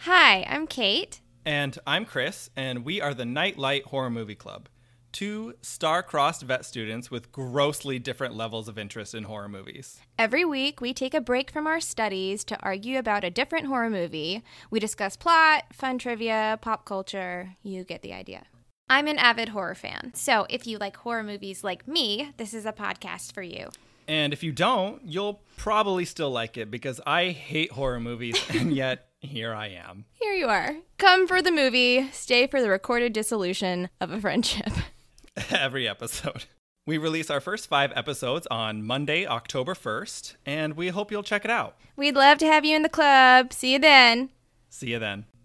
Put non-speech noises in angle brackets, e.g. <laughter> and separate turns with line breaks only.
Hi, I'm Kate.
And I'm Chris, and we are the Nightlight Horror Movie Club, two star-crossed vet students with grossly different levels of interest in horror movies.
Every week, we take a break from our studies to argue about a different horror movie. We discuss plot, fun trivia, pop culture. You get the idea. I'm an avid horror fan, so if you like horror movies like me, this is a podcast for you.
And if you don't, you'll probably still like it because I hate horror movies, <laughs> and yet here I am. <laughs>
Here you are. Come for the movie, stay for the recorded dissolution of a friendship. <laughs>
Every episode. We release our first five episodes on Monday, October 1st, and we hope you'll check it out.
We'd love to have you in the club. See you then.
See you then.